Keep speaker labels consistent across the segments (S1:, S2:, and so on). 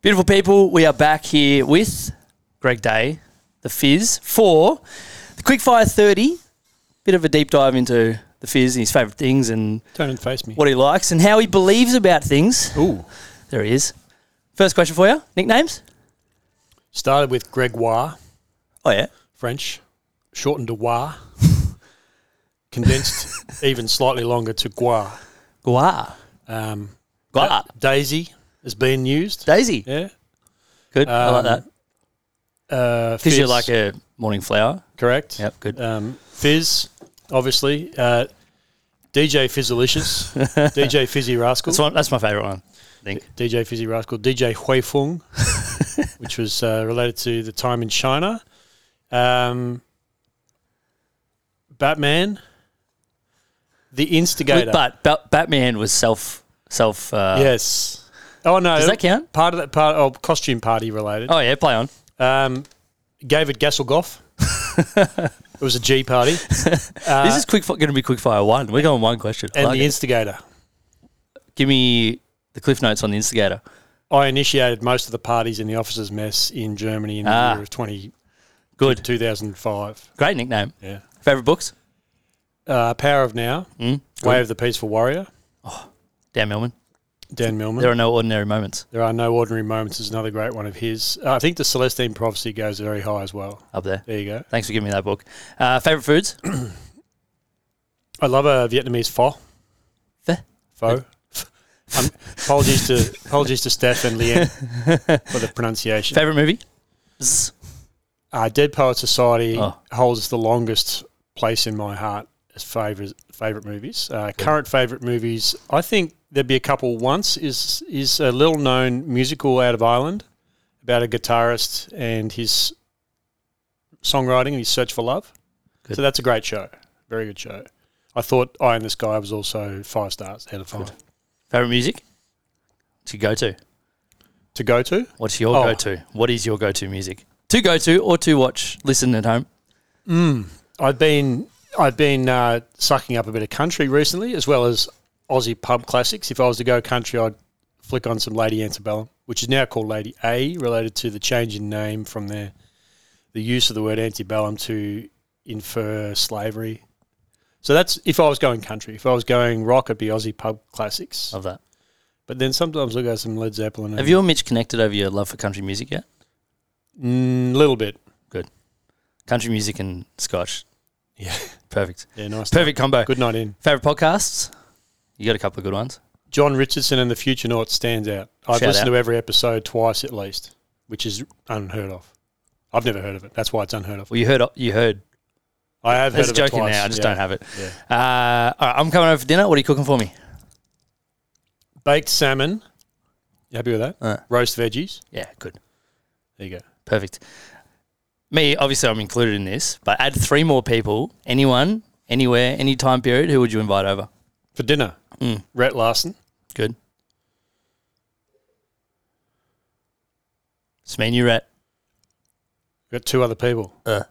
S1: Beautiful people, we are back here with Greg Day, the Fizz, for the Quickfire 30. Bit of a deep dive into the Fizz and his favourite things and
S2: Turn and face me.
S1: what he likes and how he believes about things.
S2: Ooh.
S1: There he is. First question for you nicknames?
S2: Started with Gregoire,
S1: Oh, yeah.
S2: French, shortened to Wa, condensed even slightly longer to Gua.
S1: Guar.
S2: Um,
S1: Gua.
S2: Da- Daisy has been used.
S1: Daisy.
S2: yeah.
S1: Good. I like
S2: Um,
S1: that.
S2: Uh,
S1: Because you're
S2: Fizz,
S1: like a morning flower.
S2: Correct.
S1: Yep, good.
S2: Um, Fizz, obviously. Uh, DJ Fizzalicious. DJ Fizzy Rascal.
S1: That's, one, that's my favourite one, I think.
S2: DJ Fizzy Rascal, DJ Huifeng, which was uh, related to the time in China. Um, Batman, the Instigator.
S1: But, but Batman was self. self uh,
S2: yes. Oh no,
S1: Does that count?
S2: Part of that part, oh, costume party related.
S1: Oh, yeah, play on.
S2: Um, David Gasselgoff. it was a G party, Uh,
S1: this is quick. going to be quickfire one. We're going one question. I
S2: and
S1: like
S2: the
S1: it.
S2: Instigator.
S1: Give me the cliff notes on the instigator.
S2: I initiated most of the parties in the officers' mess in Germany in
S1: Ah.
S2: the year of 20,
S1: Good.
S2: 2005.
S1: Great nickname.
S2: Yeah.
S1: Favorite books? Hmm?
S2: Uh, Power of Now, Way of the Peaceful Warrior,
S1: Dan Millman.
S2: Dan Millman.
S1: There are no ordinary moments
S2: There are no ordinary moments is another great one of his. Uh, I think the Celestine prophecy goes very high as well.
S1: up there.
S2: There you go.
S1: Thanks for giving me that book. Uh, favorite foods?
S2: I love a Vietnamese pho.
S1: Pho?
S2: Pho. um, apologies to apologies to Steph and Leanne for the pronunciation.
S1: favorite movie? Zzz.
S2: Uh, Dead Poet Society
S1: Oh.
S2: holds the longest place in my heart as favorite favorite movies. Uh, current favorite movies, I think there'd be a couple. Once is is a little known musical out of Ireland about a guitarist and his songwriting and his search for love.
S1: Good.
S2: So that's a great show, very good show. I thought Eye in the Sky was also five stars out of five
S1: Favorite music? To go to.
S2: to go to.
S1: What's your
S2: Oh.
S1: go to? What is your go to music? To go to or to watch, listen at home.
S2: I've been I've been uh, sucking up a bit of country recently, as well as Aussie pub classics. If I was to go country, I'd flick on some Lady Antebellum, which is now called Lady A, related to the change in name from their the use of the word antebellum to infer slavery. So that's if I was going country. If I was going rock, it'd be Aussie pub classics.
S1: Love that.
S2: But then sometimes I'll go some Led Zeppelin.
S1: Oh. Have you and Mitch connected over your love for country music yet?
S2: A Mm, little bit.
S1: Country music and Scotch.
S2: Yeah.
S1: Perfect.
S2: Yeah, nice.
S1: Perfect combo.
S2: Good night in.
S1: Favorite podcasts? You got a couple of good ones.
S2: John Richardson and the Future Nought stands out. I've
S1: Shout
S2: listened
S1: out.
S2: to every episode twice at least, which is unheard of. I've never heard of it. That's why it's unheard of.
S1: Well, you heard you heard
S2: I have heard
S1: That's
S2: of it
S1: joking
S2: twice.
S1: now. I just
S2: yeah.
S1: don't have it. Uh, all right, I'm coming over for dinner. What are you cooking for me?
S2: Baked salmon. You happy with that?
S1: Uh.
S2: Roast veggies.
S1: Yeah, good,
S2: There you go.
S1: perfect. Me, obviously, I'm included in this, but add three more people. Anyone, anywhere, any time period. Who would you invite over?
S2: For dinner,
S1: Mm.
S2: Rhett Larson.
S1: Good. It's me and you, Rat.
S2: We've got two other people.
S1: Uh.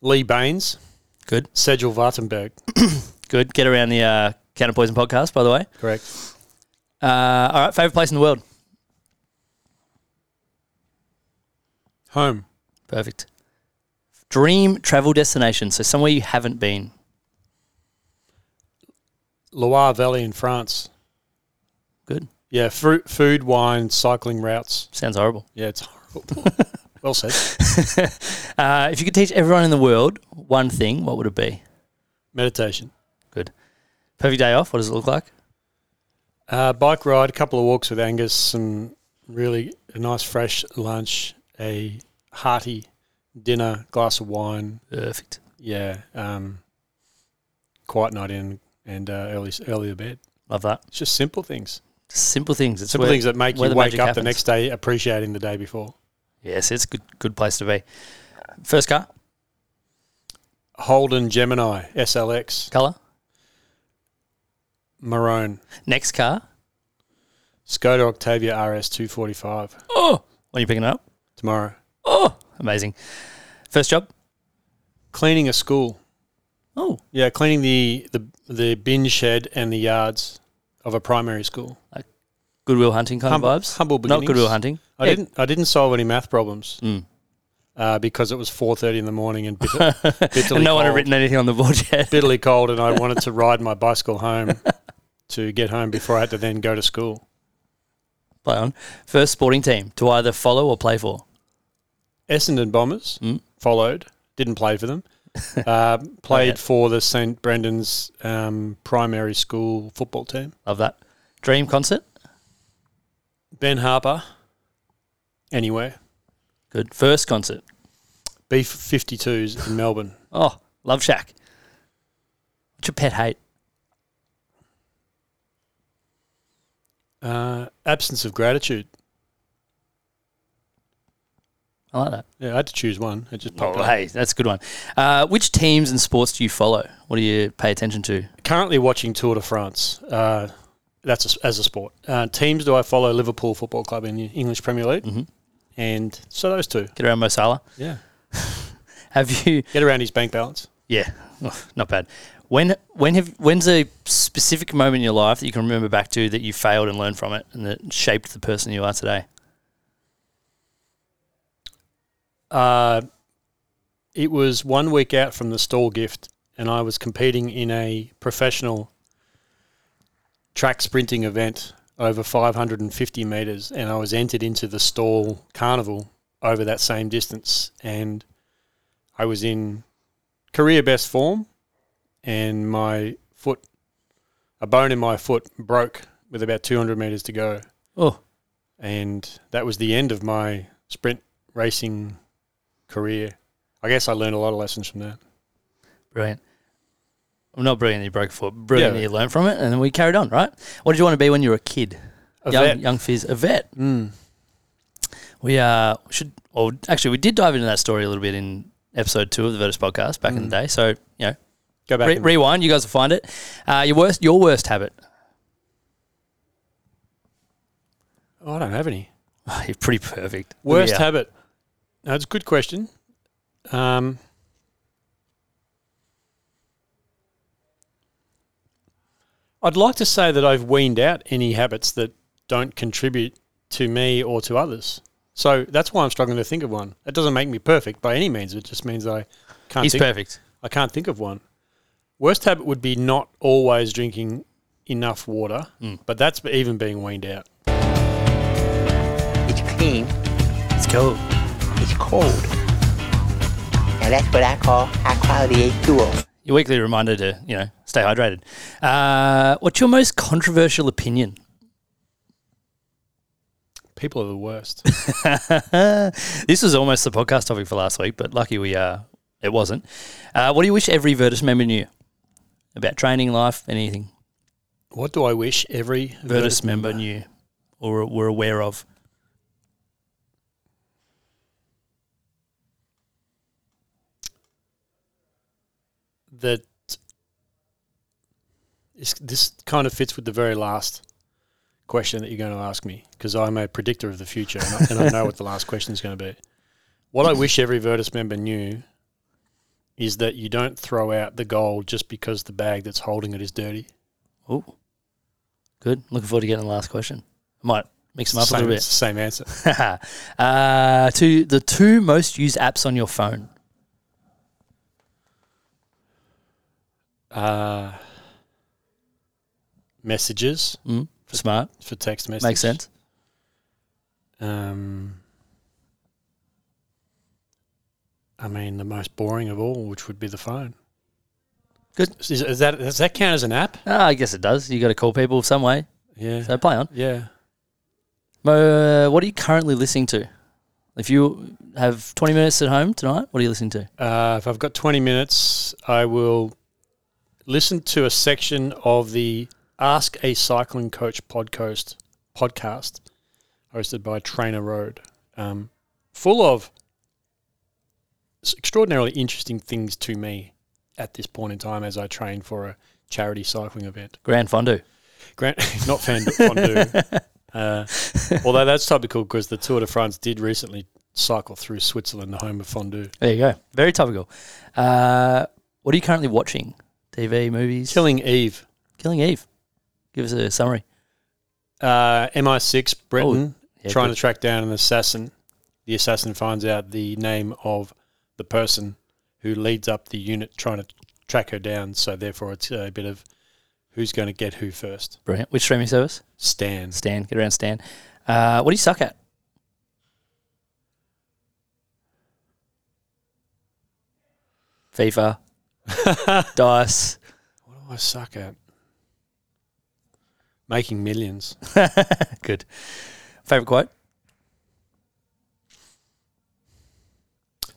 S2: Lee Baines,
S1: Good,
S2: Sejal Vartenberg.
S1: good. Get around the uh, Counter Poison podcast, by the way.
S2: Correct.
S1: Uh, all right, favorite place in the world.
S2: Home.
S1: Perfect. Dream travel destination. So somewhere you haven't been.
S2: Loire Valley in France.
S1: Good.
S2: Yeah, fruit, food, wine, cycling routes.
S1: Sounds horrible.
S2: Yeah, it's horrible. well said.
S1: Uh, if you could teach everyone in the world one thing, what would it be?
S2: Meditation.
S1: Good. Perfect day off. What does it look like?
S2: Uh, bike ride, a couple of walks with Angus, some really a nice fresh lunch, a hearty dinner, glass of wine.
S1: Perfect.
S2: Yeah, um, quiet night in and uh, early earlier bed.
S1: Love that.
S2: It's just simple things,
S1: Simple things. It's
S2: simple
S1: where-
S2: things that make you
S1: where the
S2: wake
S1: magic
S2: up the
S1: happens.
S2: next day appreciating the day before.
S1: Yes, it's good. Good place to be. First car
S2: Holden Gemini SLX
S1: color.
S2: maroon
S1: Next car.
S2: Skoda Octavia RS 245
S1: Oh, when are you picking it up?
S2: tomorrow.
S1: Oh, amazing. First job.
S2: Cleaning a school.
S1: Oh,
S2: Yeah, cleaning the the the bin shed and the yards of a primary school.
S1: Goodwill Hunting kind
S2: Humble-
S1: of vibes.
S2: humble
S1: Not
S2: beginnings.
S1: Goodwill Hunting.
S2: I
S1: Yeah. Hmm.
S2: didn't. I didn't solve any math problems uh, because it was four thirty in the morning and bitter, bitterly
S1: And no one had
S2: cold.
S1: written anything on the board yet.
S2: bitterly cold, and I wanted to ride my bicycle home to get home before I had to then go to school.
S1: Play on. First sporting team to either follow or play for.
S2: Essendon Bombers
S1: Hmm.
S2: followed. Didn't play for them. Uh, played for the St Brendan's um, primary school football team.
S1: Love that. Dream concert.
S2: Ben Harper. Anywhere.
S1: Good. First concert.
S2: B 52s in Melbourne.
S1: Oh, Love Shack. What's your pet hate?
S2: Uh, absence of gratitude.
S1: I like that.
S2: Yeah, I had to choose one. It just popped
S1: Oh,
S2: up.
S1: hey, that's a good one. Uh, which teams and sports do you follow? What do you pay attention to?
S2: Currently watching Tour de France. Uh, that's a s as a sport. Uh, teams do I follow? Liverpool Football Club in the English Premier League. And so those two.
S1: Get around Mo Salah.
S2: Yeah.
S1: Have you?
S2: Get around his bank balance.
S1: Yeah, oh, not bad. When when have when's a specific moment in your life that you can remember back to that you failed and learned from it and that shaped the person you are today?
S2: Uh, it was one week out from the stall gift, and I was competing in a professional track sprinting event over 550 meters, and I was entered into the stall carnival over that same distance, and I was in career best form, and my foot, a bone in my foot, broke with about 200 meters to go
S1: Oh,
S2: and that was the end of my sprint racing career. I guess I learned a lot of lessons from that.
S1: brilliant. Well, not brilliant that you broke for brilliant
S2: Yeah.
S1: that you learned from it, and then we carried on, right? What did you want to be when you were a kid?
S2: A
S1: young
S2: vet.
S1: young fizz, a vet. We uh should or actually we did dive into that story a little bit in episode two of the Vertus podcast back in the day. So you know,
S2: Go Mm. back.
S1: re-
S2: and-
S1: rewind. You guys will find it. Uh, your worst your worst habit.
S2: oh, I don't have any
S1: You're pretty perfect.
S2: worst
S1: Yeah.
S2: habit. No, it's a good question. Um, I'd like to say that I've weaned out any habits that don't contribute to me or to others. So that's why I'm struggling to think of one. That doesn't make me perfect by any means. It just means I can't.
S1: He's
S2: think
S1: perfect.
S2: I can't think of one. Worst habit would be not always drinking enough water,
S1: Hmm.
S2: but that's even being weaned out.
S3: It's clean.
S1: It's cool.
S3: It's cold. Now that's what I call high quality oh. H2O.
S1: Your weekly reminder to you know stay hydrated. Uh, what's your most controversial opinion?
S2: People are the worst.
S1: this was almost the podcast topic for last week, but lucky we uh it wasn't. Uh, what do you wish every Vertus member knew about training, life, anything?
S2: what do I wish every
S1: Vertus
S2: Virtus
S1: member knew or were aware of.
S2: that this, this kind of fits with the very last question that you're going to ask me because I'm a predictor of the future and I, and I know what the last question is going to be. What I wish every Virtus member knew is that you don't throw out the goal just because the bag that's holding it is dirty.
S1: Oh, good. Looking forward to getting the last question. Might mix them up
S2: Same,
S1: a little
S2: it's
S1: bit.
S2: the same answer.
S1: uh, to the two most used apps on your phone.
S2: uh, messages
S1: Mm, smart
S2: for text messages.
S1: makes sense.
S2: Um, I mean, the most boring of all, which would be the phone.
S1: Good.
S2: Is, is that does that count as an app?
S1: Ah, I guess it does. You got to call people some way.
S2: Yeah.
S1: So play on.
S2: yeah.
S1: Mo, uh, what are you currently listening to? If you have 20 minutes at home tonight, what are you listening to?
S2: Uh, if I've got 20 minutes, I will listen to a section of the Ask a Cycling Coach podcast, podcast hosted by Trainer Road, um, full of s- extraordinarily interesting things to me at this point in time as I train for a charity cycling event.
S1: Grand Fondue.
S2: Grant, not fan fondue. Uh, although that's topical because the Tour de France did recently cycle through Switzerland, the home of fondue.
S1: There you go. Very topical. Uh, what are you currently watching? TV, movies?
S2: Killing Eve
S1: Killing Eve. Give us a summary.
S2: uh, MI6 Britain
S1: Oh, yeah,
S2: trying
S1: good.
S2: to track down an assassin. The assassin finds out the name of the person who leads up the unit trying to track her down. So therefore, it's a bit of who's going to get who first.
S1: Brilliant. Which streaming service?
S2: Stan.
S1: Stan. Get around Stan. Uh, what do you suck at? FIFA, dice.
S2: What do Oh, I suck at? Making millions.
S1: Good. Favorite quote?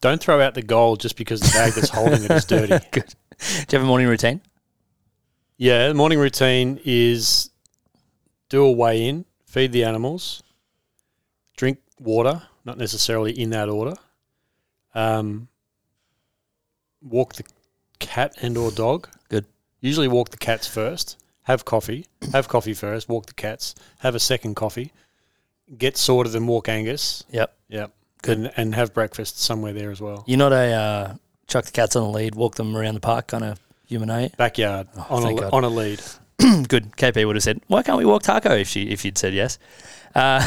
S2: Don't throw out the goal just because the bag that's holding it is dirty.
S1: Good. Do you have a morning routine?
S2: Yeah, the morning routine is do a weigh in, feed the animals, drink water, not necessarily in that order. Um, walk the cat and or dog.
S1: Good.
S2: Usually walk the cats first. Have coffee. Have coffee first. Walk the cats. Have a second coffee. Get sorted and walk Angus.
S1: Yep.
S2: Yep. Good. And, and have breakfast somewhere there as well.
S1: You're not a uh, chuck the cats on the lead, walk them around the park kind of human, are you?
S2: Backyard on,
S1: Oh, thank God.
S2: a, on a lead.
S1: Good. KP would have said, "Why can't we walk Taco?" If she if you'd said yes. Uh,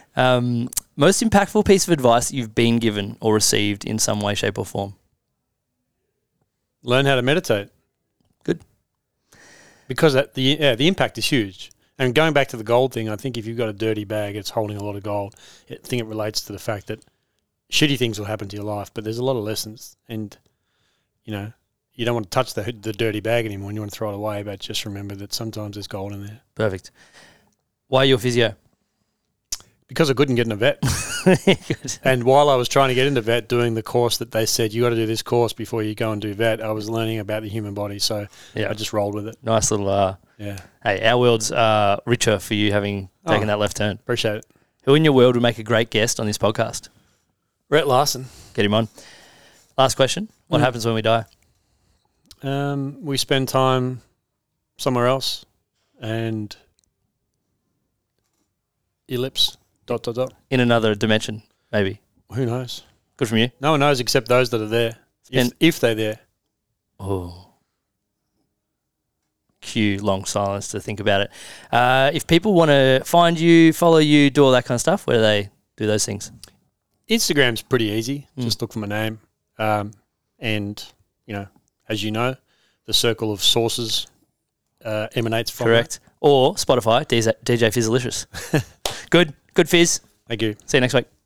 S1: um, most impactful piece of advice you've been given or received in some way, shape, or form.
S2: Learn how to meditate.
S1: Good.
S2: because that, the yeah, the impact is huge. And going back to the gold thing, I think if you've got a dirty bag, it's holding a lot of gold. I think it relates to the fact that shitty things will happen to your life, but there's a lot of lessons, and you know you don't want to touch the the dirty bag anymore, and you want to throw it away. But just remember that sometimes there's gold in there.
S1: Perfect. Why your physio?
S2: Because I couldn't get in a vet,
S1: Good.
S2: and while I was trying to get into vet, doing the course that they said you got to do this course before you go and do vet, I was learning about the human body, so
S1: Yeah.
S2: I just rolled with it.
S1: Nice little. Uh,
S2: Yeah,
S1: hey, our world's uh, richer for you having taken
S2: Oh.
S1: that left turn.
S2: appreciate it.
S1: Who in your world would make a great guest on this podcast?
S2: Brett Larson.
S1: Get him on. Last question. What
S2: Mm.
S1: happens when we die?
S2: Um, we spend time somewhere else and ellipse dot dot dot.
S1: In another dimension, maybe.
S2: Who knows?
S1: Good from you.
S2: No one knows except those that are there. If,
S1: Spend-
S2: if they're there,
S1: Oh. Cue long silence to think about it. Uh, if people want to find you, follow you, do all that kind of stuff, where do they do those things?
S2: Instagram's pretty easy.
S1: Mm.
S2: Just look for my name, um, and you know, as you know, the circle of sources uh, emanates from. that.
S1: Correct. Or Spotify, DJ, DJ Fizzalicious. good. Good Fizz.
S2: Thank you.
S1: See you next week.